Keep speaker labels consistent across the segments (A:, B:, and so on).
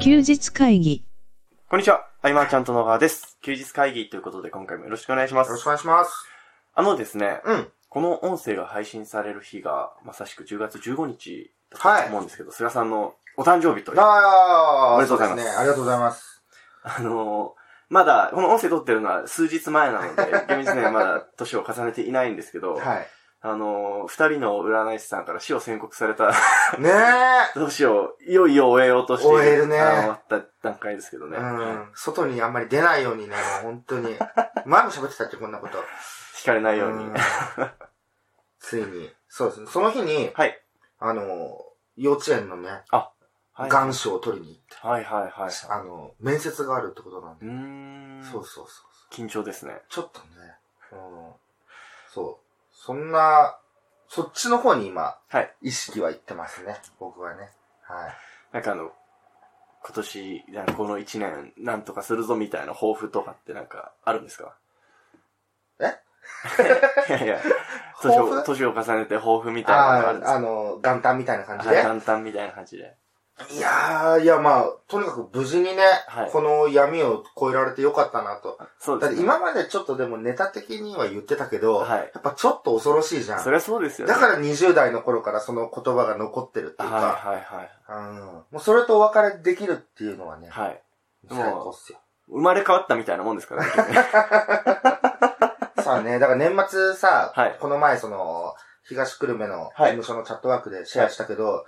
A: 日会議。
B: こんにちは。アイマーちゃんと野川です。休日会議ということで今回もよろしくお願いしま
C: よろしく
B: す
C: お。願いします。
B: あのですね、
C: うん。
B: この音声が配信される日がまさしく10月15日だったと思うんですけど、菅さんのお誕生日という。
C: あー
B: おめでとうございます
C: そですね。ありがとうございます。
B: あのーまだ、この音声撮ってるのは数日前なので、 厳密にはまだ年を重ねていないんですけど、
C: はい。
B: あのー二人の占い師さんから死を宣告された
C: ね
B: 年をいよいよ終えようとしている、
C: 終えるね
B: あの終わった段階ですけど
C: え。
B: ね。
C: うん。外にあんまり出ないようにね、本当に。 前も喋ってたってこんなこと。
B: 惹かれないように。
C: んついに。そうですね。その日に、
B: はい。
C: あの、幼稚園のね、
B: はい
C: 願書を取りに行って、
B: はいはいはい。
C: あの、面接があるってことなん
B: う
C: で。
B: ーん。
C: そうそうそうそう。
B: 緊張ですね。
C: ちょっとね、うん。そう。そんな、そっちの方に今、
B: はい
C: 意識は行ってますね。僕はね。はい。
B: なんかあの、今年、なんかこの一年、なんとかするぞみたいな抱負とかってなんか、あるんですか
C: え
B: いやいや、年
C: 抱負
B: を、年を重ねて抱負みたいなのがあ
C: あ
B: るんで
C: あ、あの、元旦みたいな感
B: すか
C: じ
B: はい
C: で。
B: 元旦みたいな感じで。
C: いやー、いやまあ、とにかく無事にね、
B: はい
C: この闇を越えられてよかったなと。
B: そう
C: だ
B: で
C: っ
B: す
C: て
B: ね。
C: 今までちょっとでもネタ的には言ってたけど、
B: はい
C: やっぱちょっと恐ろしいじゃん。
B: そりゃそうですよね。
C: だから20代の頃からその言葉が残ってるっていうか、
B: はいはいはい。
C: うん、もうそれとお別れできるっていうのはね、
B: はい。
C: 最高っすよ。
B: 生まれ変わったみたいなもんですからね。
C: さあね、だから年末さ、
B: はい
C: この前その、東久留米の事
B: はい
C: 務所のチャットワークでシェアしたけど、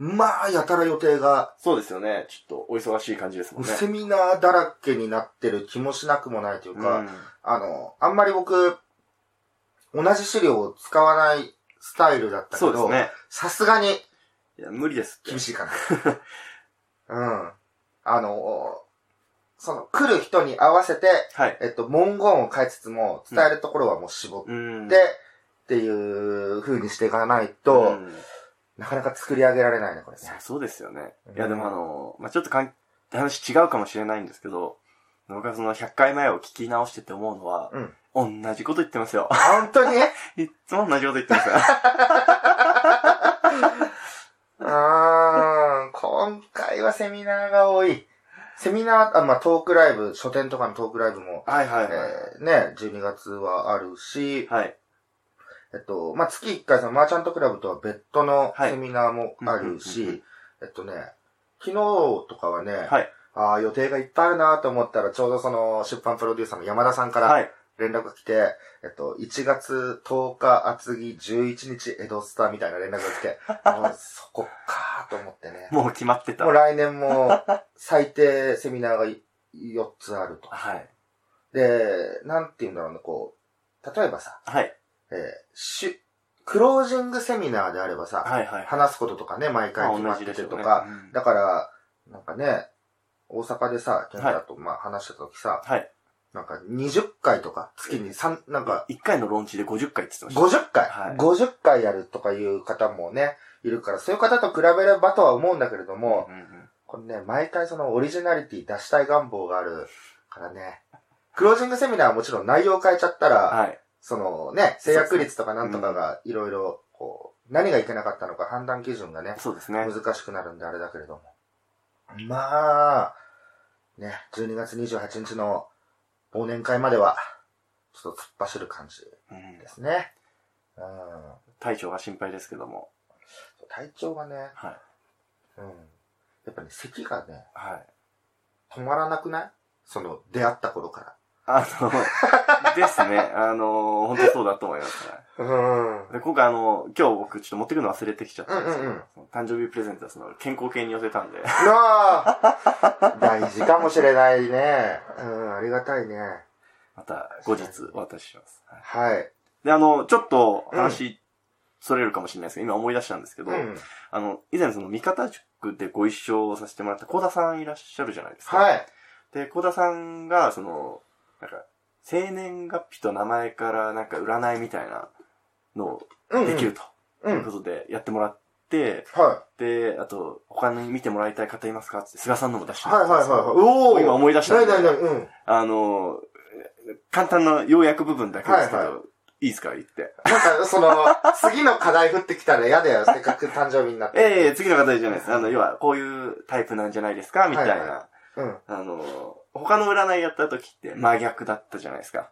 C: まあ、やたら予定が
B: そうですよね。ちょっとお忙しい感じですもんね。
C: セミナーだらけになってる気もしなくもないという
B: う
C: か、
B: ん
C: あの、あんまり僕、同じ資料を使わないスタイルだったけ
B: そうです
C: ど、
B: ね。
C: さすがに
B: いや、無理ですって
C: 厳。しいか な。うん。あの、その、来る人に合わせて、
B: はい。
C: えっと、文言を変えつつも、伝えるところはもう絞って、
B: うん。
C: っていう風にしていかない
B: うん、
C: と、なかなか作り上げられないね、これ
B: い
C: ね
B: や。そうですよね
C: う。ん
B: いや、でもあの、まあ、ちょっとかん話違うかもしれないんですけど、僕はその100回前を聞き直してて思うのは、同じこと言ってますよ。
C: 本当に
B: いっつも同じこと言って ますよ。
C: うーん、今回はセミナーが多い。セミナー、あ、まあ、トークライブ、書店とかのトークライブも、
B: はいは
C: え
B: いはい。
C: ーね、12月はあるし、
B: はい。
C: えっと、まあ、月1回そのマーチャントクラブとは別途の
B: はい
C: セミナーもあ
B: うんう
C: る
B: んうんう
C: し、えっとね、昨日とかはね、
B: はい。
C: ああ、予定がいっぱいあるなと思ったら、ちょうどその出版プロデューサーの山田さんから
B: はい。
C: 連絡が来て、えっと、1月10日厚木11日江戸スターみたいな連絡が来て、 あそこかーと思ってね。
B: もう決まってた。
C: もう
B: はい。
C: 来年も最低セミナーが4つあると。で、なんて言うんだろうね、こう、例えばさ、
B: はい。
C: えーしクロージングセミナーであればさ、
B: はいはい。
C: 話すこととかね、毎回決
B: ま
C: ま
B: あ
C: っ
B: 同じ
C: て
B: で
C: て
B: しょう
C: と
B: ね。
C: か、
B: うん
C: だから、なんかね、大阪でさ、ケンタとまあ話した時さ、
B: はい。
C: なんか20回とか、月に3、なんか、
B: 1回のローンチで50回って言ってまし
C: 50回、
B: はい
C: 50回やるとかいう方もね、いるから、そういう方と比べればとは思うんだけれど
B: た。
C: も、
B: うんうん
C: これね、毎回そのオリジナリティ出したい願望があるからね、クロージングセミナーはもちろん内容変えちゃったら、
B: はい。
C: そのね、制約率とかなんとかがいろいろ、こう、何がいけなかったのか判断基準がね、
B: そうですね。
C: 難しくなるんであれだけれども。まあ、ね、12月28日の忘年会までは、ちょっと突っ走る感じ。
B: うん
C: ですね。うん。
B: 体調が心配ですけども。
C: 体調がね、
B: はい。
C: うん。やっぱね、咳がね、
B: はい。
C: 止まらなくないその、出会った頃か
B: あ の、ですね。あの、本当そうだと思います。はい
C: ら。うん。
B: で今回あの、今日僕ちょっと持ってくの忘れてきちゃったんですけど、
C: うんうんうん
B: その誕生日プレゼントはその健康系に寄せたん で、
C: うわ ぁ大事かもしれないね。うん、ありがたいね。
B: また後日お渡しします。はい
C: はい。
B: で、あの、ちょっと話、それるかもしれないですけど、今思い出したんですけど、
C: うん。
B: あの、以前その味方塾でご一緒させてもらった小田さんいらっしゃるじゃないですか。
C: はい。
B: で、小田さんが、その、なんか、生年月日と名前からなんか占いみたいなの
C: う
B: を
C: ん。
B: できると
C: う。
B: いうんことでやってもらって、
C: は
B: で、あと、他に見てもらいたい方いますかって、菅さんのも出し
C: い。
B: ても
C: はい
B: ら
C: は
B: っ
C: い
B: たん
C: は
B: で
C: い
B: すよ
C: はい。お
B: 今思い出したん
C: な
B: で
C: いないない。うん。
B: あの、簡単な要約部分だけですけど、
C: はいは
B: いいですか言って。
C: なんか、その、次の課題降ってきたら嫌だよ。せっかく誕生日になって。
B: ええ次の方じゃないです。あの、要は、こういうタイプなんじゃないですかみたいな。
C: はいはうん。
B: あの、他の占いやった時って真逆だったじゃないですか。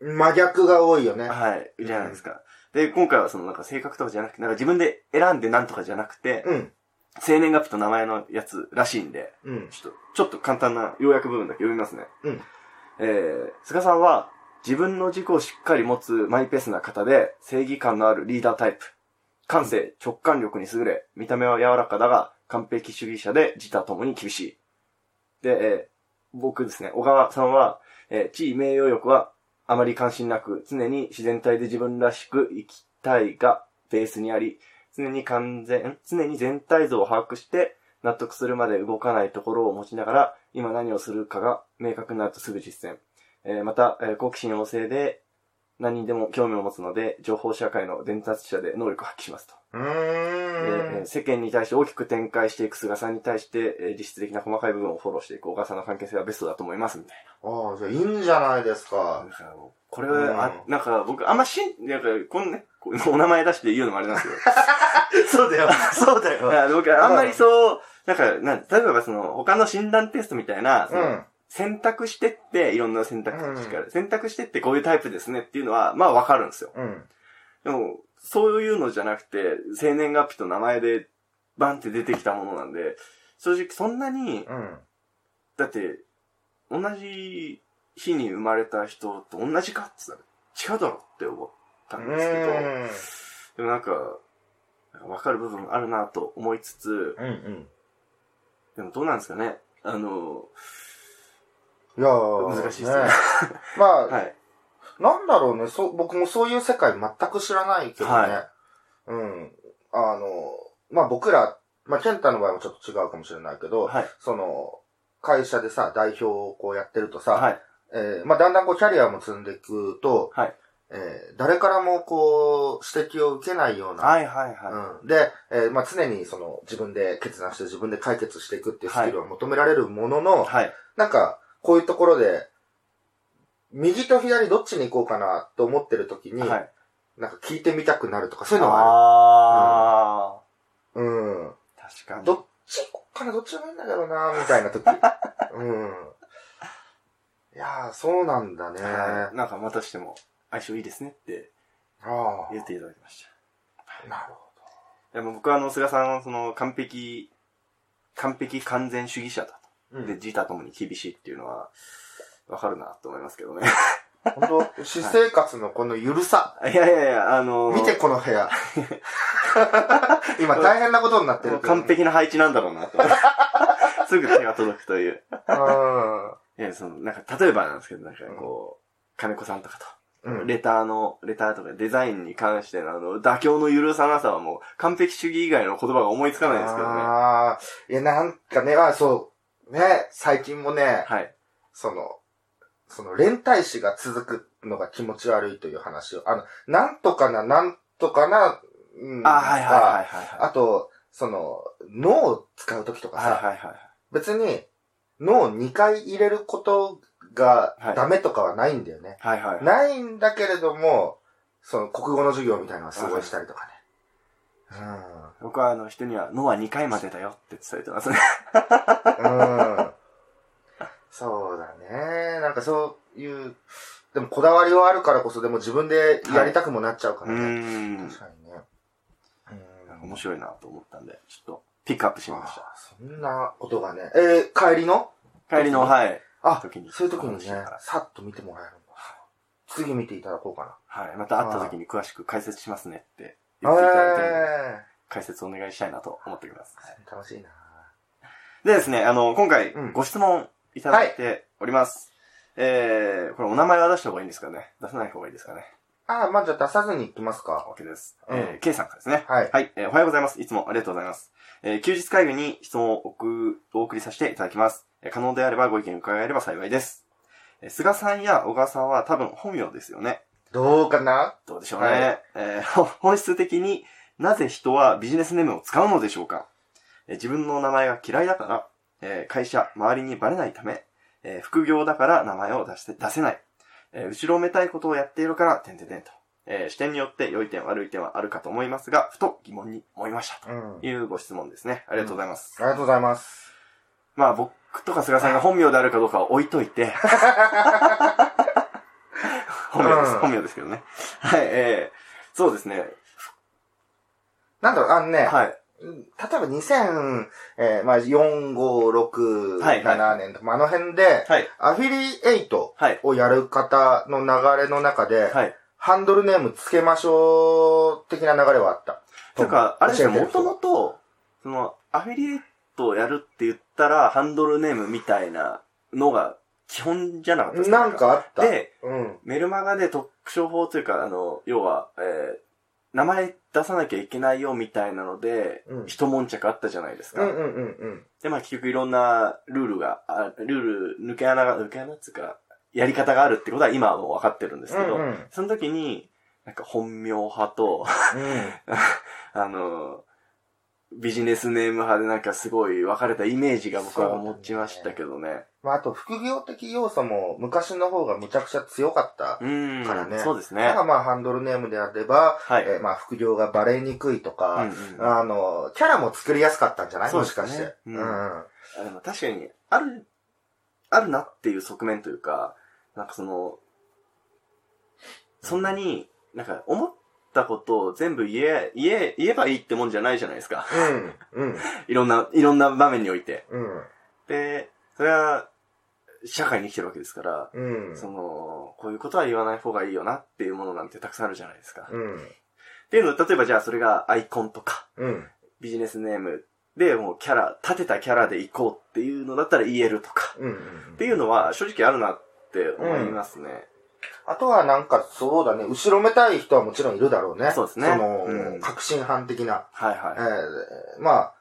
C: 真逆が多いよね。
B: はい。じゃないですか。で、今回はそのなんか性格とかじゃなくて、なんか自分で選んでなんとかじゃなくて、
C: うん。
B: 生年月日と名前のやつらしいんで、
C: うん。
B: ちょっと、ちょっと簡単な要約部分だけ読みますね。
C: うん。
B: えー、菅さんは、自分の軸をしっかり持つマイペースな方で、正義感のあるリーダータイプ。感性、直感力に優れ、見た目は柔らかだが、完璧主義者で自他ともに厳しい。で、えー僕ですね、小川さんは、えー地位名誉欲はあまり関心なく、常に自然体で自分らしく生きたいがベースにあり、常に完全、常に全体像を把握して、納得するまで動かないところを持ちながら、今何をするかが明確になるとすぐ実践。えーまた、えー好奇心旺盛で、何にでも興味を持つので、情報社会の伝達者で能力を発揮しますと。
C: う
B: えーえ
C: ー
B: ー
C: ん。
B: 世間に対して大きく展開していく菅さんに対して、えー実質的な細かい部分をフォローしていく小川さんの関係性はベストだと思います、みたい
C: ああ、じゃあいいんじゃないです
B: な
C: か。。
B: これは、あ、なんか僕、あんましん、なんか、こんね、こうお名前出して言うのもあれなんですけど、
C: そうだよ。そうだ
B: い。や僕、あんまりそう、なんか、なん例えばその、他の診断テストみたいな、そうの
C: ん。
B: 選択してって、いろんな選択肢から、選択してってこういうタイプですねっていうのは、まあわかるんですよ。
C: うん。
B: でも、そういうのじゃなくて、生年月日と名前で、バンって出てきたものなんで、正直そんなに、
C: うん。
B: だって、同じ日に生まれた人と同じかって言ったら、違うだろって思ったんですけど、でもなんか、なんかわかる部分あるなと思いつつ、
C: うん。うん。
B: でもどうなんですかねあの、
C: いやー
B: 難しいですね
C: ね。まあ、
B: はい。
C: なんだろうね、そう、僕もそういう世界全く知らないけどね。
B: は
C: うん。あの、まあ、僕ら、まあ、ケンタの場合もちょっと違うかもしれないけど、
B: はい。
C: その、会社でさ、代表をこうやってるとさ、
B: はい。
C: えーまあ、だんだんこうキャリアも積んでいくと、
B: はい
C: えー誰からもこう、指摘を受けないような、
B: はいはいは
C: うん、で、えーまあ、常にその、自分で決断して自分で解決していくっていうスキルは求められるものの、
B: い。はい。
C: なんか、こういうところで、右と左どっちに行こうかなと思ってる時に、
B: はい。
C: なんか聞いてみたくなるとか、そういうのはあ
B: あ
C: る。うん。
B: ー。確かに。
C: どっち行こうかな、どっちでもいいんだけどな、みたい な時。うん。いやー、そうなんだね。
B: はいなんかまたしても相性いいですねって
C: あ
B: 言っていただきました。
C: あ。なる
B: でも僕はあの、菅さんはその完璧、完璧完全主義者だ
C: ほ
B: と。
C: ど。
B: で、
C: で、
B: 自他ともに厳しいっていうのは、わかるなと思いますけど ね。
C: 本当私生活のこのゆるさ。
B: いやいやいや、あのー
C: 見てこの部 屋。今大変なことになって
B: もう
C: る。
B: 完。璧な配置なんだろうなと。 すぐ手が届くという。
C: う
B: いや、その、なんか、例えばなんですけど、なんかこう、金子さんとかと、
C: ん。うん。
B: レターの、レターとかデザインに関してのあの、妥協の許さなさはもう、完璧主義以外の言葉が思いつかないですけどね。は
C: ああ、いや、なんかね、まあそう、ね、最近もね、
B: い。
C: その、その連帯詞が続くのが気持ち悪いという話を、あの、なんとかな、なんとかな、うん
B: あ、はいはいは
C: が
B: いはいはい。
C: あと、その、脳を使うときとかさ、
B: はいはいはい。
C: 別に、脳を2回入れることが
B: はい
C: ダメとかはないんだよね。
B: はいはいはい。
C: ないんだけれども、その、国語の授業みたいなのはすごいしたりとかね。うん。
B: 僕はあの、人には、脳は2回までだよって伝えてますね。
C: うんそうだね。なんかそういう、でもこだわりはあるからこそ、でも自分でやりたくもなっちゃうか
B: うー
C: らね。
B: ん。なん
C: 確かにね。
B: か面白いなと思ったんで、ちょっと、ピックアップしまし
C: あーそんなことがね。えー、帰りの
B: た。帰りの、はい。
C: あ、
B: 時に
C: そういう時にね
B: お話ししたから、
C: さっと見てもらえるんだ。次見ていただこうか
B: はい。また会った時に詳しく解説しますねって言
C: な。
B: っていただいてるんで、
C: え
B: 解説お願いしたいなと思っております。
C: ー、楽しいな。
B: でですね、あの、今回
C: うん、
B: ご質問いただいております。えー、これお名前は出した方がいいんですかね出さない方がいいですかね
C: あー、まあ、じゃあ出さずに行きますか。
B: ?OK です。
C: うん
B: えー、K さんからですね。
C: はい。
B: はい、えーおはようございます。いつもありがとうございます。えー、休日会議に質問をおくお送りさせていただきます。えー可能であればご意見伺えれば幸いです。えー菅さんや小川さんは多分本名ですよね。
C: どうかな
B: どうでしょうね。
C: は
B: えー ほ本質的になぜ人はビジネスネームを使うのでしょうか、えー自分の名前が嫌いだから、えー会社、周りにバレないため、えー副業だから名前を出して出せない、えー後ろめたいことをやっているから、てんてんてんと。えー視点によって良い点悪い点はあるかと思いますが、ふと疑問に思いました。
C: うん。あ
B: と
C: り
B: いうご質問ですね。ありがとうございます。
C: がとうございます。
B: まあ僕とか菅さんが本名であるかどうかは置いといて。本名です。
C: うん
B: 本名ですけどね。はい、えー、そうですね。
C: なんだろう、あのね、
B: はい。
C: うん例えば2000、えーまあ、4、5、6、
B: はいはい
C: 7年とか、まああの辺で、
B: はい。
C: アフィリエイト
B: はい。
C: をやる方の流れの中で、
B: はい。
C: ハンドルネームつけましょう的な流れはあった。
B: ていうか、あれですね、
C: 教
B: も
C: えてる人
B: ともと、その、アフィリエイトをやるって言ったら、ハンドルネームみたいなのが基本じゃなかったです
C: なん、かあった。
B: で、
C: うん。
B: メルマガで特徴法というか、あの、要は、えー名前出さなきゃいけないよみたいなので、
C: うん
B: 一悶着あったじゃないです
C: う
B: か。
C: んうんうんうん。
B: で、まあ結局いろんなルールが、あルール、抜け穴が、抜け穴っていうか、やり方があるってことは今はもう分かってるんですけど、
C: うんうん
B: その時に、なんか本名派と、あの、ビジネスネーム派でなんかすごい分かれたイメージが僕は持ちましたけどね。
C: まあ、あと、副業的要素も昔の方がむちゃくちゃ強かった。
B: うん。
C: からね
B: そうです
C: だ
B: ね
C: か。らまあ、ハンドルネームであれば、
B: はい。
C: えーまあ、副業がバレにくいと
B: うん
C: か、
B: うん
C: あの、キャラも作りやすかったんじゃない、
B: そう
C: も
B: で
C: し
B: すね
C: かして。
B: う
C: うんん。うん
B: あでも確かに、ある、あるなっていう側面というか、なんかその、そんなに、なんか思ったことを全部言え、言え、言えばいいってもんじゃないじゃないですか。。
C: うん。
B: いろんな、いろんな場面において。
C: うん。
B: で、それは、社会に生きてるわけですから、
C: うん。
B: その、こういうことは言わない方がいいよなっていうものなんてたくさんあるじゃないですか。っ
C: うん。
B: ていうの、例えばじゃあそれがアイコンとか、
C: うん。
B: ビジネスネームでもうキャラ、立てたキャラで行こうっていうのだったら言えるとか。
C: うん。
B: っていうのは正直あるなって思いますね。
C: あとはなんか、そうだね、後ろめたい人はもちろんいるだろうね。
B: そうですね
C: その、
B: うん
C: 革新犯的な。
B: はい
C: え
B: は
C: ー、まあ、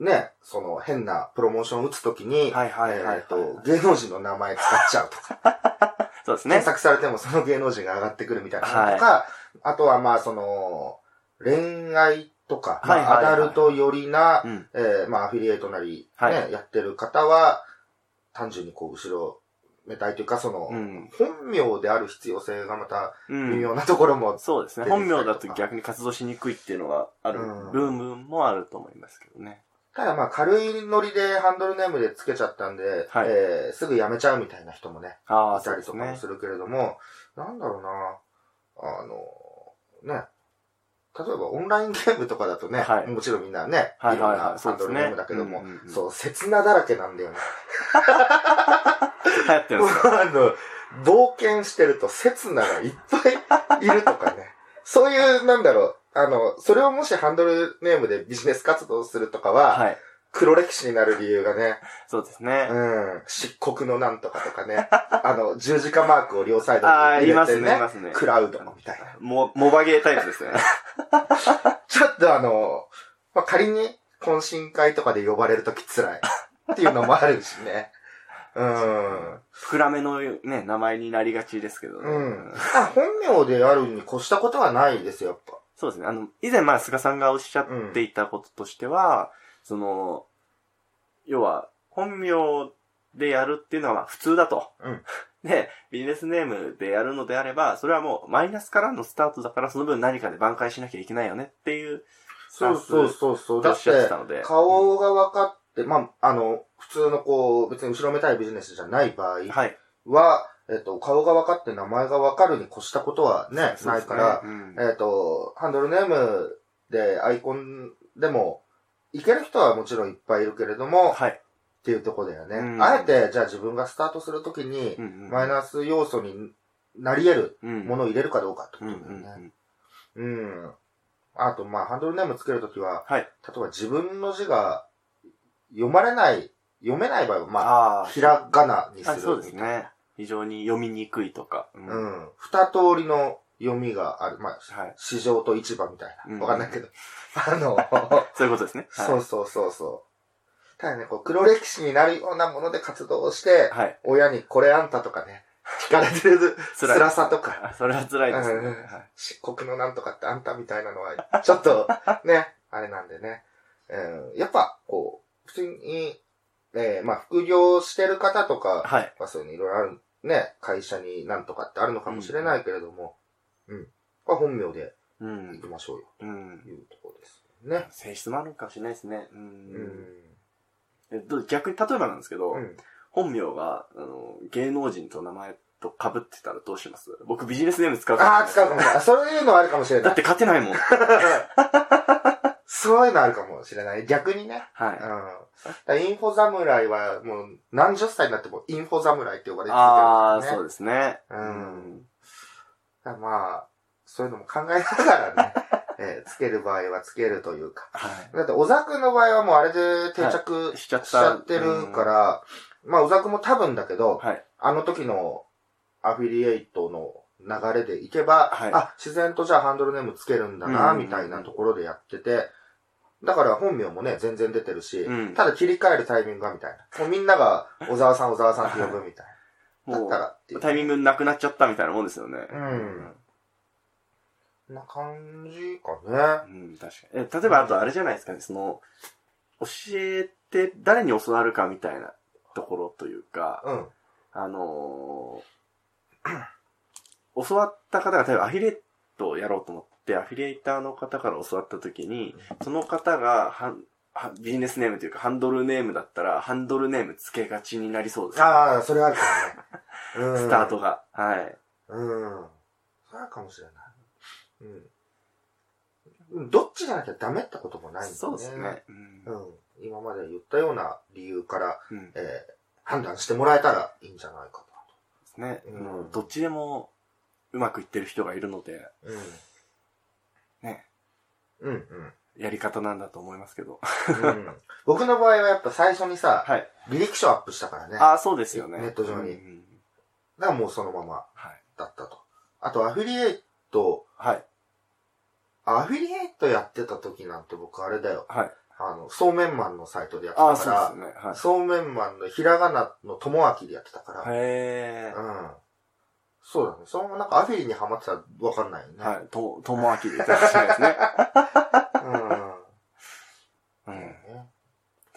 C: ね、その、変なプロモーション打つとき
B: い。
C: に、
B: はいはいはい、
C: えーと、芸能人の名前使っちゃうとか、
B: そうですね
C: 検。索されてもその芸能人が上がってくるみたいなのとか、あとはまあ、その、恋愛とか、まあ
B: はいはいはい
C: アダルト寄りな
B: う、ん。
C: えーまあ、アフィリエイトなり、ね、
B: は
C: やってる方は、単純にこう、後ろめたいというか、その、
B: うん。
C: 本名である必要性がまた微
B: うん。
C: 妙なところも、
B: そうですね。
C: 出てき
B: 本
C: た
B: 名
C: りとか
B: だと逆に活動しにくいっていうのはある
C: うん
B: 部分もあると思いますけどね。
C: ただまあ軽いノリでハンドルネームでつけちゃったんで、
B: はい
C: えーすぐ辞めちゃうみたいな人もね、
B: ああ、
C: い
B: そ
C: た
B: う
C: り
B: です
C: とかも
B: ね。
C: するけれども、なんだろうな、あの、ね、例えばオンラインゲームとかだとね、
B: はい
C: もちろんみんなね、
B: はいはい
C: ろん
B: は。
C: ない
B: そ
C: ハ
B: う
C: ン
B: です
C: ドル
B: ね
C: ネームだけども、
B: うんうんうん
C: そう、刹那だらけなんだよね。
B: 流行ってるんですか
C: あの、冒険してると、刹那がいっぱいいるとかね。 そういう、なんだろう、あの、それをもしハンドルネームでビジネス活動するとかは、
B: はい。
C: 黒歴史になる理由がね、
B: そうですね。
C: うん、漆黒のなんとかとか ね、あの、十字架マークを両サイドに
B: ああ、
C: 入
B: い
C: れ
B: ます
C: て
B: ね、い
C: ね、
B: ますね。
C: クラウドみたいな。
B: モモバゲータイプですね。
C: ちょっとあの、まあ、仮に懇親会とかで呼ばれるとき辛いっていうのもあるし ね。うん。
B: 膨らめのね、名前になりがちですけどね。
C: うんあ本名であるに越したことはないですよ、やっぱ。
B: そうですね。あの、以前、まあ、菅さんがおっしゃっていたこととしては、その、要は、本名でやるっていうのはまあ普通だと。
C: うん
B: で、ビジネスネームでやるのであれば、それはもうマイナスからのスタートだから、その分何かで挽回しなきゃいけないよねっていうスタ
C: そ
B: ン
C: う
B: ス
C: そう
B: を
C: そうそう。
B: お
C: だ
B: っ
C: っ
B: しゃって
C: て
B: た、ので。
C: 顔が分かって、まあ、あの、普通のこう、別に後ろめたいビジネスじゃない場合
B: うんはい。
C: は、えっと、顔が分かって名前が分かるに越したことはね、
B: そう
C: な
B: で
C: い
B: すね
C: から、
B: うん
C: えっと、ハンドルネームでアイコンでも、いける人はもちろんいっぱいいるけれども、っ
B: はい。
C: ていうとこだよね。
B: うん
C: あえて、じゃあ自分がスタートするときに
B: う、んうん
C: マイナス要素になり得る
B: うん
C: ものを入れるかどうかってこ
B: う
C: と
B: んう
C: だ
B: ん
C: よね。
B: うん
C: うん。あと、まあ、ハンドルネームつけるときは、
B: はい
C: 例えば自分の字が読まれない、読めない場合は、まあ、
B: ああ、
C: ひらがなにす
B: はい
C: る。
B: そうです。ね。非常に読みにくいとか。う
C: うんん。二通りの読みがある。まあ、
B: はい。
C: 市場と市場みたい
B: うん
C: な。わかんないけど。 あの、
B: そういうことですね。はい
C: そうそうそうそう。ただね、こう、黒歴史になるようなもので活動して、
B: はい。
C: 親にこれあんたとかね、聞かれてる
B: 辛い
C: 辛さとか、
B: あそれは辛いですね。
C: うん
B: はい
C: 漆黒のなんとかってあんたみたいなのは、ちょっと、ね、あれなんでね。うん、やっぱ、こう、普通に、えーまあ、副業してる方とか、
B: はい。
C: まあ、そういうのいろいろある、ね、会社になんとかってあるのかもしれないけれども、うん。これは本名で
B: う
C: 行
B: ん
C: き。ましょうよ、
B: うん
C: と。いうところですね。
B: 性質もあるかもしれないですね。う。。
C: うん
B: えどう逆に、例えばなんですけど、
C: うん。
B: 本名が、あの、芸能人と名前と被ってたらどうします僕ビジネスネーム使う
C: ああ、使うかもしれない。そういうのはあるかもしれ
B: だ
C: な
B: っ
C: い。
B: て勝て ないもん。
C: そういうのあるかもしれない。逆にね。うん。だ
B: は
C: からインフォ侍は、もう、何十歳になってもインフォ侍って呼ば
B: い。
C: れてる
B: ああ、
C: ね。
B: そうですね。
C: うん。だからまあ、そういうのも考えながらね、 えーつける場合はつけるというか。
B: は
C: だって、小沢くんの場合はもうあれで定着
B: い。しちゃった。
C: しちゃってるから、まあ、小沢くんも多分だけど、
B: うん。はい。
C: あの時のアフィリエイトの流れでいけば、
B: はい
C: あ、自然とじゃあハンドルネームつけるんだな、
B: うん
C: みたいなところでやってて、だから本名もね、全然出てるし、
B: うん
C: ただ切り替えるタイミングがみたいな。もうみんなが小沢さん小沢さんって呼ぶみたいな。だ
B: も、
C: ったらっていうう。
B: タイミングなくなっちゃったみたいなもんですよね。
C: うんな感じかね。
B: うん、確かに。え、例えばあとあれじゃないですかね、その、教えて、誰に教わるかみたいなところというか、
C: うん。
B: あのー 教わった方が、例えばアフィリエイトをやろうと思って、アフィリエイターの方から教わった時に、その方がはんはビジネスネームというかハンドルネームだったら、ハンドルネーム付けがちになりそうです。
C: ああ、それあるかもね。
B: スタート。が。はい。
C: うん。それあるかもしれない。うん。どっちじゃなきゃダメってこともないんだね。
B: そうですね。うん
C: うん、今まで言ったような理由から、
B: うん。で
C: えー判断してもらえたらいいんじゃないか
B: すね。
C: うん
B: もうどっちでもうまくいってる人がいるので、
C: なと。うん。
B: ね。
C: うんうん。
B: やり方なんだと思いますけど。
C: うん、 僕の場合はやっぱ最初にさ、
B: はい。
C: 履歴書アップしたからね。だ か
B: ああ、そうですよね。
C: ネット上に
B: うん
C: らもうそのまま
B: はい。
C: だったと。あとアフィリエイト、
B: はい。
C: あアフィリエイトやってた時なんて僕あれだよ。
B: はい。
C: あの、そうめんマンのサイトでやって
B: ああ、
C: た
B: そ
C: か
B: う
C: ら、
B: ですよね。はい。
C: そうめんマンのひらがなの友明でやってたから、
B: へえ。
C: うん。そうだね。そのままなんかアフィリにハマってたらわかんないよね。
B: はい。と、ともあきでいただきたいです ね。う
C: うん
B: ん。
C: こ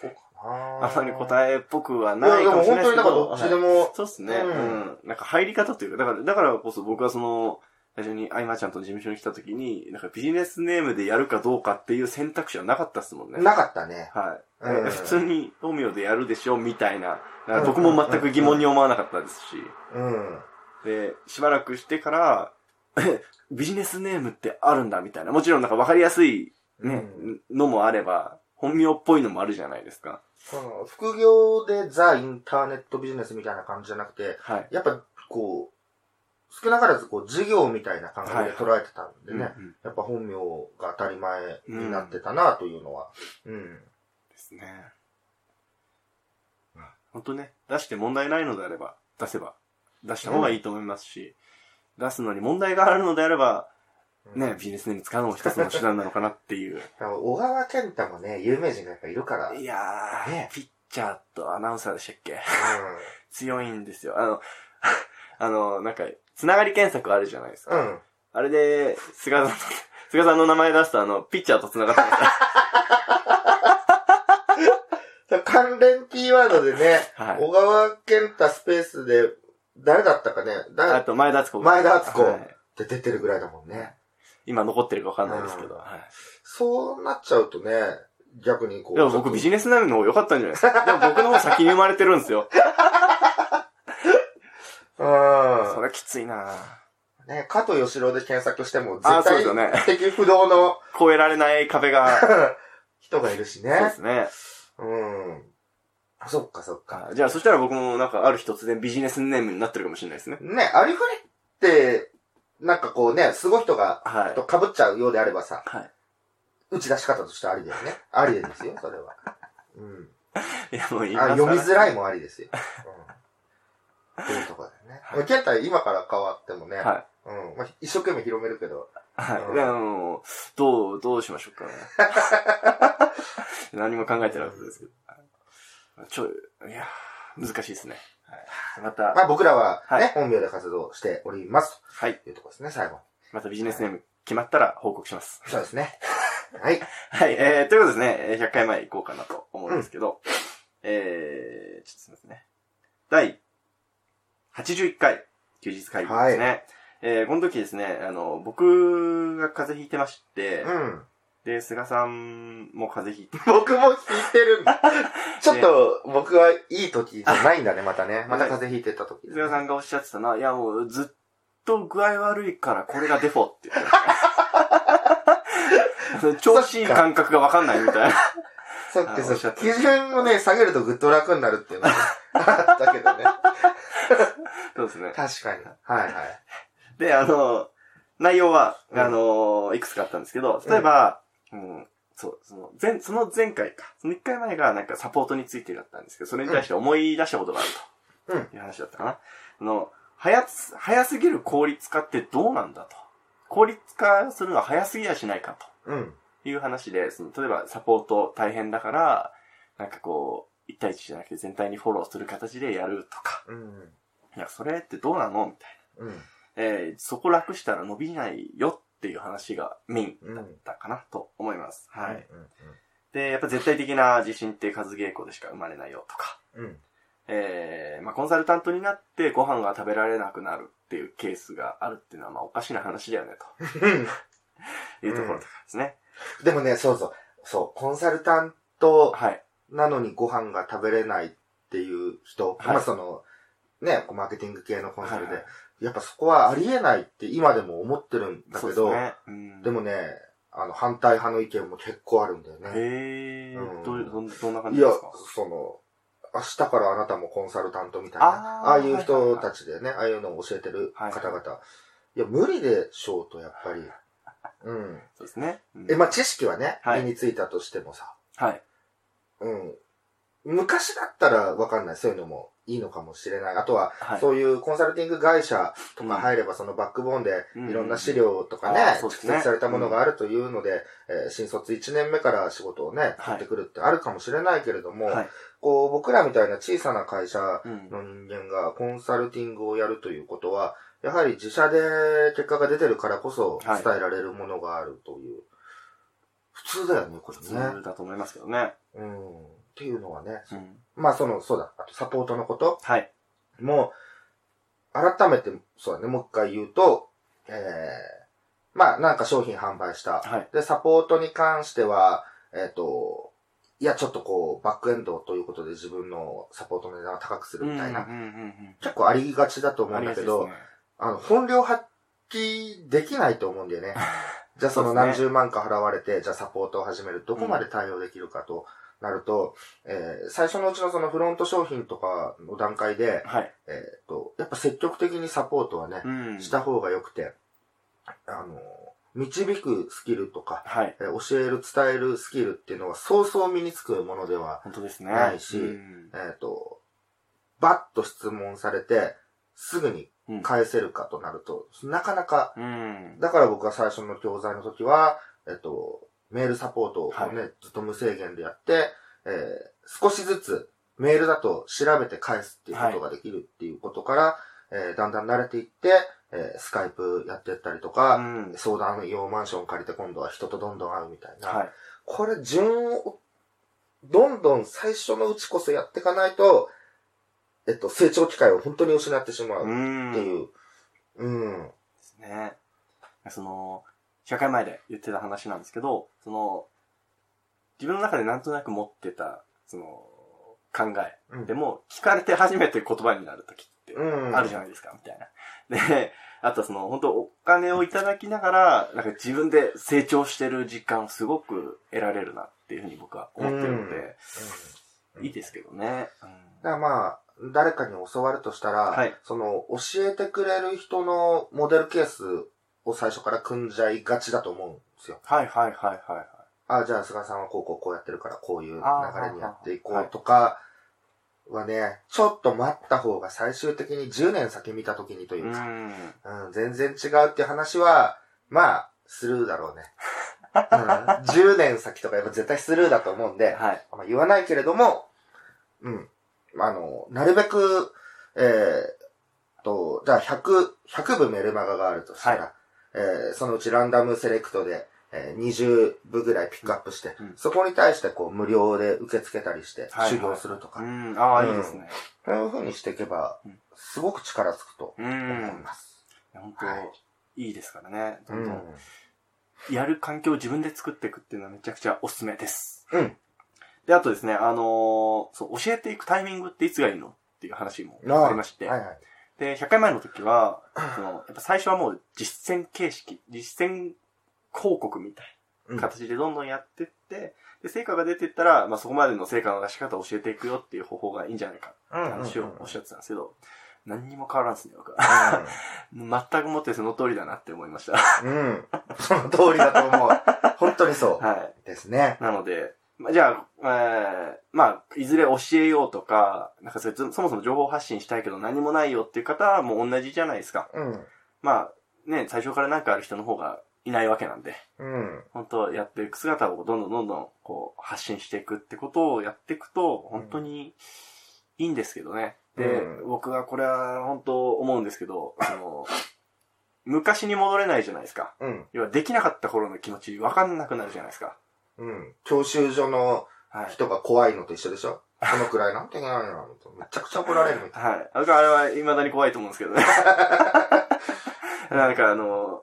C: うか
B: あ
C: な
B: まり答えっぽくはい
C: や、
B: ない
C: で
B: か
C: も
B: もしれ
C: 本
B: ないです
C: 当に
B: け
C: だから
B: ど。
C: どっちで
B: はい
C: も、
B: そうっすね。
C: う
B: うんん。なんか入り方というか、だから、だからこそ僕はその、最初にあいまちゃんと事務所に来た時に、なんかビジネスネームでやるかどうかっていう選択肢はなかったっすもんね。
C: なかったね。
B: はい。
C: う ん
B: え普通に本名でやるでしょみたいな。だか
C: う
B: ら
C: ん
B: 僕も全く疑問に思わなかったですし。
C: うん。
B: で、しばらくしてから、 えビジネスネームってあるんだみたいな。もちろんなんか分かりやすいね、
C: うん
B: のもあれば、本名っぽいのもあるじゃないですか。
C: その副業でザ・インターネットビジネスみたいな感じじゃなくて、
B: はい。
C: やっぱこう、少なからずこう事業みたいな感覚で捉えてたんでね、
B: うんうん
C: やっぱ本名が当たり前になってたなというのは、うん。
B: ですね。本当ね、出して問題ないのであれば、出せば、出した方がいいと思いますし、出すのに問題があるのであれば、ね、ビジネスネーム使うのも一つの手段なのかなって いう。
C: だから小川健太もね、有名人がやっぱいるから、
B: いやー、
C: ね
B: ピッチャーとアナウンサーでしたっけ
C: う
B: 強いんですよ。あの、 あの、なんか、つながり検索あるじゃないですか。
C: ん。うん。
B: あれで、菅さん、菅さんの 名前出すと、あの、ピッチャーと繋がってま し
C: 関連キーワードでね、
B: た。はい。
C: 小川健太スペースで、誰だったかね、
B: あ
C: 誰
B: と、前田敦子。
C: 前田敦子
B: は
C: っ
B: い
C: て出てるぐらいだもんね。
B: 今残ってるかわかんないですけど。はい。
C: そうなっちゃうとね、逆にこう。
B: いや、僕ビジネスナムの方が良かったんじゃないです か。でも僕の方先に生まれてるんですよ。
C: う
B: そ
C: ん。
B: れきついなぁ
C: ね、加藤義郎で検索しても、
B: あ
C: 絶
B: そうで
C: 対
B: すよね
C: 的不動の
B: 超えられない壁が。
C: 人がいるし
B: そうで
C: ね。
B: すね。
C: うん。そっかそっか。
B: あじゃあ、そしたら僕もなんかある日突然ビジネスネームになってるかもしれないですね。
C: ね、ありふれって、なんかこうね、すごい人が、
B: はい。
C: と被っちゃうようであればさ、
B: は
C: 打ち出し方としてありだよね。ありですよ、それは。うん。
B: い。いや、もう今
C: あ
B: 更
C: 読みづらいもあ りですよ。うん。っていうところだよね。まあケンタ今から変わってもね、
B: はい。
C: うん。まあ、一生懸命広めるけど、
B: はい。いや、もう、どう、どうしましょう かね。何も考えてなかったですけど。ちょ、いやー難しいですね。はい。また、
C: まあ僕らはね、
B: はい
C: 本名で活動しております
B: はい。
C: というところですね、最後に。
B: またビジネスネーム決まったら報告します。
C: そうです ね。はい。
B: はい、えー、ということですね、えー100回前行こうかなと思うんですけど、えー、ちょっとすみませんね。第81回、休日会議ですね。えーこの時ですね、あの、僕が風邪ひいてまして、
C: うん。
B: で、菅さんも風邪ひいて、
C: 僕も聞いてるん だ。ちょっと、僕はいい時じゃないんだね、またね。また風邪ひいてた時。
B: 菅さんがおっしゃってたな、いやもうずっと具合悪いからこれがデフォって言ってましたあ の調子いい感覚がわかんないみたいな。
C: さっき
B: あおっしゃ
C: さ、
B: って
C: 基準をね、下げるとぐっと楽になるっ ていうのがあったけどね。
B: そうですね。
C: 確かに。はいはい。
B: で、あの、内容は、
C: うん
B: あの、いくつかあったんですけど、例えば、うん、そう、その、前、その前回か、その一回前がなんかサポートについてだったんですけど、それに対して思い出したことがあると。
C: うん
B: いう話だったかな。その、早つ、早すぎる効率化ってどうなんだと。効率化するのは早すぎやしないか
C: うん。
B: という話で、その、例えばサポート大変だから、なんかこう、一対一じゃなくて全体にフォローする形でやるとか、
C: うん。
B: いや、それってどうなのみたいな。
C: うん。
B: えーそこ楽したら伸びないよっていう話がメインだったかなと思います。は
C: うん
B: い。。で、やっぱ絶対的な自信って数稽古でしか生まれないよとか、
C: うん。うん。
B: えーまあコンサルタントになってご飯が食べられなくなるっていうケースがあるっていうのは、まあおかしな話だよね、
C: うん
B: というところとかですね。
C: でもね、そうそう。そう、コンサルタント
B: はい。
C: なのにご飯が食べれないっていう人、
B: はい
C: まあその、ね、こうマーケティング系のコンサルで、
B: はいはい
C: やっぱそこはありえないって今でも思ってるんだ
B: そうで
C: け
B: す
C: ど、
B: ね。うん、
C: でもね、あの、反対派の意見も結構あるんだよね。
B: へえ
C: うん
B: ー、どういうどん、どんな感
C: い
B: じで
C: や
B: すか、
C: その、明日からあなたもコンサルタントみたいな、
B: あー
C: ああいう人たちでね、ああいうのを教えてる方々、
B: はい
C: いや、無理でしょうと、やっ ぱり。うん。
B: そうですね。うん
C: え、まあ、知識はね、
B: はい
C: 身についたとしてもさ、
B: はい。
C: うん。昔だったらわかんない。そういうのもいいのかもしれない。あとは、
B: はい。
C: そういうコンサルティング会社と
B: う
C: か
B: ん
C: 入れば、そのバックボーンで
B: うん
C: いろんな資料とかね
B: あー、そうですね
C: 蓄積されたものがあるというので、えー新卒1年目から仕事をね、取ってくるってあるかもしれないけれども、
B: はい。
C: こう、僕らみたいな小さな会社
B: うん。
C: の人間がコンサルティングをやるということは、やはり自社で結果が出てるからこそ
B: はい
C: 伝えられるものがあるという。普通だよね、こ
B: 普
C: れね。
B: 通だと思いますけどね。
C: うん。っていうのはね。
B: うん。
C: まあ、その、そうだ。あと、サポートのこと
B: はい。
C: も、改めて、そうだね、もう一回言うと、えー、まあ、なんか商品販売した。
B: はい。
C: で、サポートに関しては、えっ、と、いや、ちょっとこう、バックエンドということで自分のサポートの値段を高くするみたい
B: う
C: な。
B: んうんうん
C: 結構ありがちだと
B: うん。
C: 思うんだけ
B: あり
C: ど、
B: がちですね
C: あの、本領発揮できないと思うんだ よね。じゃあその
B: そう
C: 何
B: です
C: 十万か払われて、じゃあサポートを始める。どこまで対応できるかとなると、えー最初のうちのそのフロント商品とかの段階で、
B: はい。
C: えーっと、やっぱ積極的にサポートはね、
B: うん
C: した方が良くて、あの、導くスキルとか、
B: はい。
C: えー教える、伝えるスキルっていうのはそうそう身につくものでは
B: 本当ですね。
C: ないし
B: うん
C: えっ、と、バッと質問されて、すぐに返せるかとなると、なかなか、
B: うん。
C: だから僕は最初の教材の時は、えっ、と、メールサポートをね、ずっと無制限でやって、えー少しずつメールだと調べて返すっていうことができるっていうことから、えーだんだん慣れていって、えースカイプやってったりと
B: う
C: か、
B: ん。
C: 相談用マンション借りて今度は人とどんどん会うみたいな、
B: はい。
C: これ順を、どんどん最初のうちこそやっていかないと、えっと、成長機会を本当に失ってしまう
B: うん。
C: って
B: で
C: いう。うん。
B: すね。その、社会前で言ってた話なんですけど、その、自分の中でなんとなく持ってた、その、考え。
C: うん
B: でも、聞かれて初めて言葉になる時って、
C: うん。
B: あるじゃないですか、みたいな。で、あとはその、本当お金をいただきながら、なんか自分で成長してる実感をすごく得られるなっていうふうに僕は思ってるので、
C: うん
B: いいですけどね。
C: だからまあ、誰かに教わるとしたら、
B: はい
C: その、教えてくれる人のモデルケースを最初から組んじゃいがちだと思うんですよ。
B: はいはいはいはい。
C: あじゃあ菅さんはこうこうこうやってるから、こういう流れにやっていこ
B: あーはいう
C: とか、はね、ちょっと待った方が最終的に10年先見た時にといううか、
B: ん。
C: うん、全然違うっていう話は、まあ、スルーだろうね。うん、10年先とかやっぱ絶対スルーだと思うんで、
B: はい。
C: あんま言わないけれども、うん。あの、なるべく、えー、と、じゃあ100、100部メルマガがあるとしたら、
B: は
C: えーそのうちランダムセレクトで、えー20部ぐらいピックアップして、
B: うん
C: そこに対してこう無料で受け付けたりして、
B: はいはい
C: 修行するとか、
B: うん。ああ、
C: うん
B: いいですね。
C: そういう風にしていけば
B: うん、
C: すごく力つくと
B: う
C: 思い
B: ん。
C: ます。
B: や本当、
C: はい
B: い、いですからね。ど
C: うん
B: どん
C: ん。
B: やる環境を自分で作っていくっていうのはめちゃくちゃおすすめです。
C: うん。
B: で、あとですね、あのーそう、教えていくタイミングっていつがいいのっていう話も
C: あ
B: ありまして、
C: はいはい。
B: で、100回前の時は、その、やっぱ最初はもう実践形式、実践広告みたいな形でどんどんやってって、で、成果が出てったら、まあ、そこまでの成果の出し方を教えていくよっていう方法がいいんじゃないか
C: うん
B: って話をおっしゃってたんですけど、何にも変わらんですね、僕は。全くもってその通りだなって思いました。は
C: うん。うん。その通りだと思う。本当にそ
B: い。
C: う。ですね。
B: なので、まあ、じゃあ、えーまあ、いずれ教えようとか、なんかそれつそもそも情報発信したいけど何もないよっていう方はもう同じじゃないですか。
C: うん。
B: まあ、ね、最初からなんかある人の方がいないわけなんで、
C: うん。
B: 本当やっていく姿をどんどんどんどん、こう、発信していくってことをやっていくと、本当にいいんですけどね。で、
C: う
B: 僕はこれは本当思うんですけど、その、昔に戻れないじゃないですか。
C: うん。
B: 要はできなかった頃の気持ち分かんなくなるじゃないですか。
C: うん。教習所の
B: はい。
C: 人が怖いのと一緒でしょこのくらいなんていけないのめちゃくちゃ怒られるみたい
B: はい。あれは未だに怖いと思うんですけ どね。なんかあの、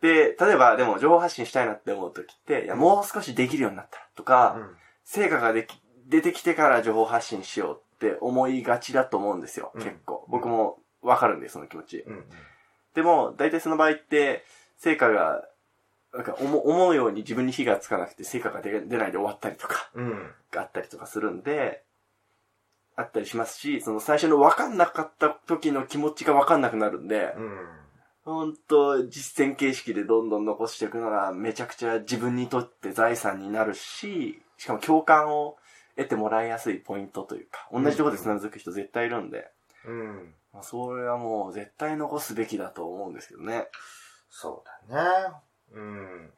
B: で、例えばでも情報発信したいなって思う時って、いや、もう少しできるようになったとか、
C: な。
B: 成果ができ、出てきてから情報発信しようって思いがちだと思うんですよ。
C: うん
B: 結構。僕もわかるんで、その気持ち。
C: うん。うん。
B: でも、大体その場合って、成果が、なんか思思うように自分に火がつかなくて成果が出出ないで終わったりとか。
C: うん。
B: があったりとかするんで、あったりしますし、その最初の分かんなかった時の気持ちが分かんなくなるんで、
C: うん。
B: ほんと実践形式でどんどん残していくのがめちゃくちゃ自分にとって財産になるし、しかも共感を得てもらいやすいポイントというか、同じところで繋づく人絶対いるんで、
C: うん。
B: まあ、それはもう絶対残すべきだと思うんですけどね。
C: そうだね。うん。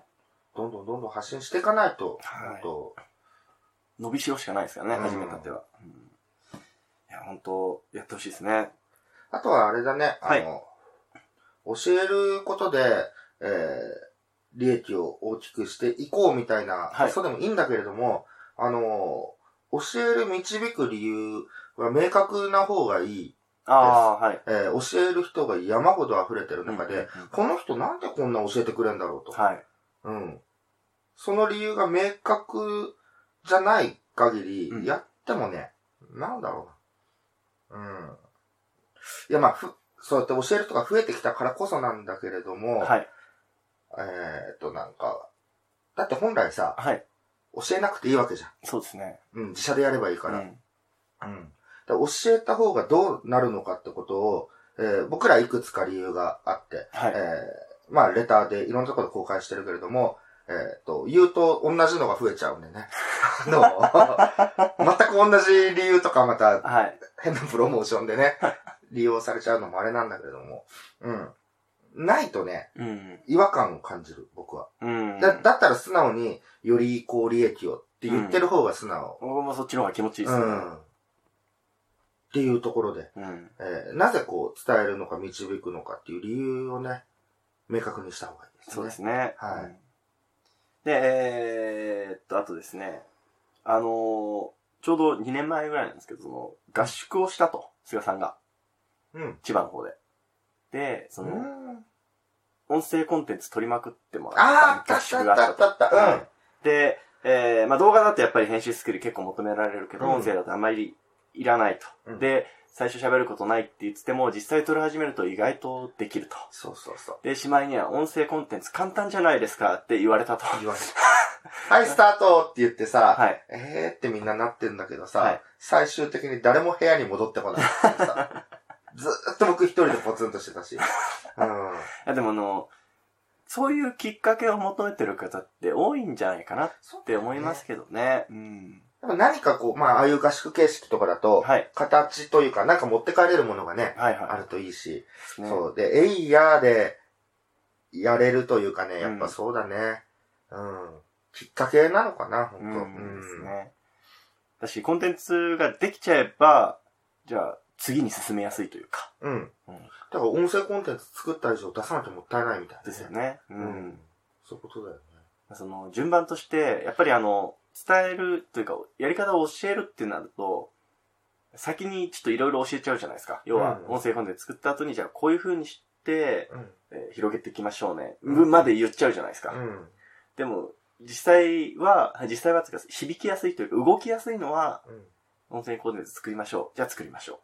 C: どんどんどんどん発信していかないと、
B: はい
C: ほんと
B: 伸びしろしかないですからね、
C: うん
B: 始めたては。うんいや、本当やってほしいですね。
C: あとはあれだね、あ
B: はい
C: の、教えることで、えー、利益を大きくしていこうみたいな、
B: はい
C: そうでもいいんだけれども、あの、教える導く理由は明確な方がいい。
B: ああー、はい。
C: えー教える人が山ほど溢れてる中で、
B: うんうんうん
C: この人なんでこんな教えてくれんだろうと。
B: はい。
C: うん。その理由が明確じゃない限り、
B: うん
C: やってもね、なんだろうな。うん。いや、まあ、ふ、そうやって教える人が増えてきたからこそなんだけれども、
B: はい。
C: えーっと、なんか、だって本来さ、
B: はい。
C: 教えなくていいわけじゃん。
B: そうですね。
C: うん、自社でやればいいから。
B: う
C: うん。
B: ん
C: だから教えた方がどうなるのかってことを、えー僕らいくつか理由があって、
B: はい。
C: えーまあ、レターでいろんなところで公開してるけれども、えっ、と、言うと同じのが増えちゃうんでね。あの、 全く同じ理由とかまた
B: はい。
C: 変なプロモーションでね、利用されちゃうのもあれなんだけれども、うん。ないとね、
B: うん。
C: 違和感を感じる、僕は。
B: うん。
C: だだったら素直に、より高利益をって言ってる方が素直。
B: 僕もそっちの方が気持ちいいで
C: う
B: すね。
C: ん。っていうところで、
B: うん。
C: えーなぜこう伝えるのか導くのかっていう理由をね、明確にした方がいいですね。
B: そうですね。
C: はい
B: うん。で、えーっと、あとですね。あのーちょうど2年前ぐらいなんですけど、その、合宿をしたと、菅さんが、
C: うん。
B: 千葉の方で。で、その、音声コンテンツ取りまくってもら
C: あ
B: っ
C: あ、
B: た合
C: あった
B: 宿
C: あ
B: が
C: った
B: あ
C: あ
B: っ
C: っ
B: た
C: たあった。
B: と。はいで、えー、まあ動画だとやっぱり編集スキル結構求められるけど、
C: うん
B: 音声だとあんまりいらないと。
C: うん
B: で、最初喋ることないって言ってても、実際撮り始めると意外とできると。
C: そうそうそう。
B: で、しまいには音声コンテンツ簡単じゃないですかって言われたと。
C: 言われた。 はい、スタートって言ってさ、
B: はい。
C: えーってみんななってんだけどさ、
B: はい
C: 最終的に誰も部屋に戻ってこないってい うさ。ずーっと僕一人でポツンとしてたし。うん。
B: いやでもあの、そういうきっかけを求めてる方って多いんじゃないかなっ
C: そう
B: て思いますけどね。うん。
C: でも何かこう、まあ、ああいう合宿形式とかだと、
B: はい。
C: 形というか、なんか持って帰れるものがね、
B: はい
C: あ
B: は
C: るといいし、
B: い。ね
C: そう。で、えいやーで、やれるというかね、やっ
B: う
C: ぱ
B: ん
C: そうだね。うん。きっかけなのかな、本当
B: うん、ですね。だし、コンテンツができちゃえば、じゃあ、次に進めやすいというか、
C: うん。だ
B: うん
C: から音声コンテンツ作った以上出さなきゃもったいないみたいな、
B: ですよ。ね。う
C: うんん。。そういうことだよね。
B: その、順番として、やっぱりあの、伝えるというか、やり方を教えるってなると、先にちょっといろいろ教えちゃうじゃないですか。要は、
C: うん
B: 音声コンテンツ作った後に、じゃあこういう風にしって、
C: うん。
B: えー広げていきましょうね、
C: うん
B: まで言っちゃうじゃないですか。
C: うん。
B: でも、実際は、実際はつうか、響きやすいというか、動きやすいのは、
C: うん。
B: 音声コーディネート作りましょう。じゃあ作りましょ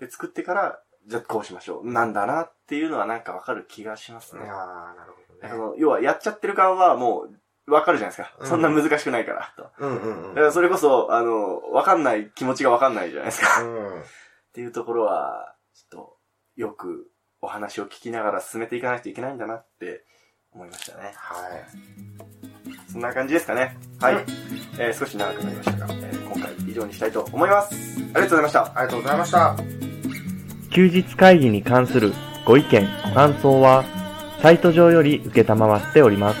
B: う。で、作ってから、じゃあこうしましょう。なんだなっていうのはなんかわかる気がします
C: い
B: ね。
C: やー、なる
B: そ
C: ほどね。
B: の要は、やっちゃってる側はもう、わかるじゃないですか。
C: うん
B: そんな難しくないから、と。
C: うんうんうん。
B: だからそれこそ、あの、わかんない気持ちがわかんないじゃないですか。
C: うん。
B: っていうところは、ちょっと、よくお話を聞きながら進めていかないといけないんだなって思いましたね。
C: はい。
B: そんな感じですかね。はい。
C: うん
B: えー少し長くなりましたが、えー今回以上にしたいと思います。ありがとうございました。
C: ありがとうございました。
A: 休日会議に関するご意見、ご感想は、サイト上より受けたまわっております。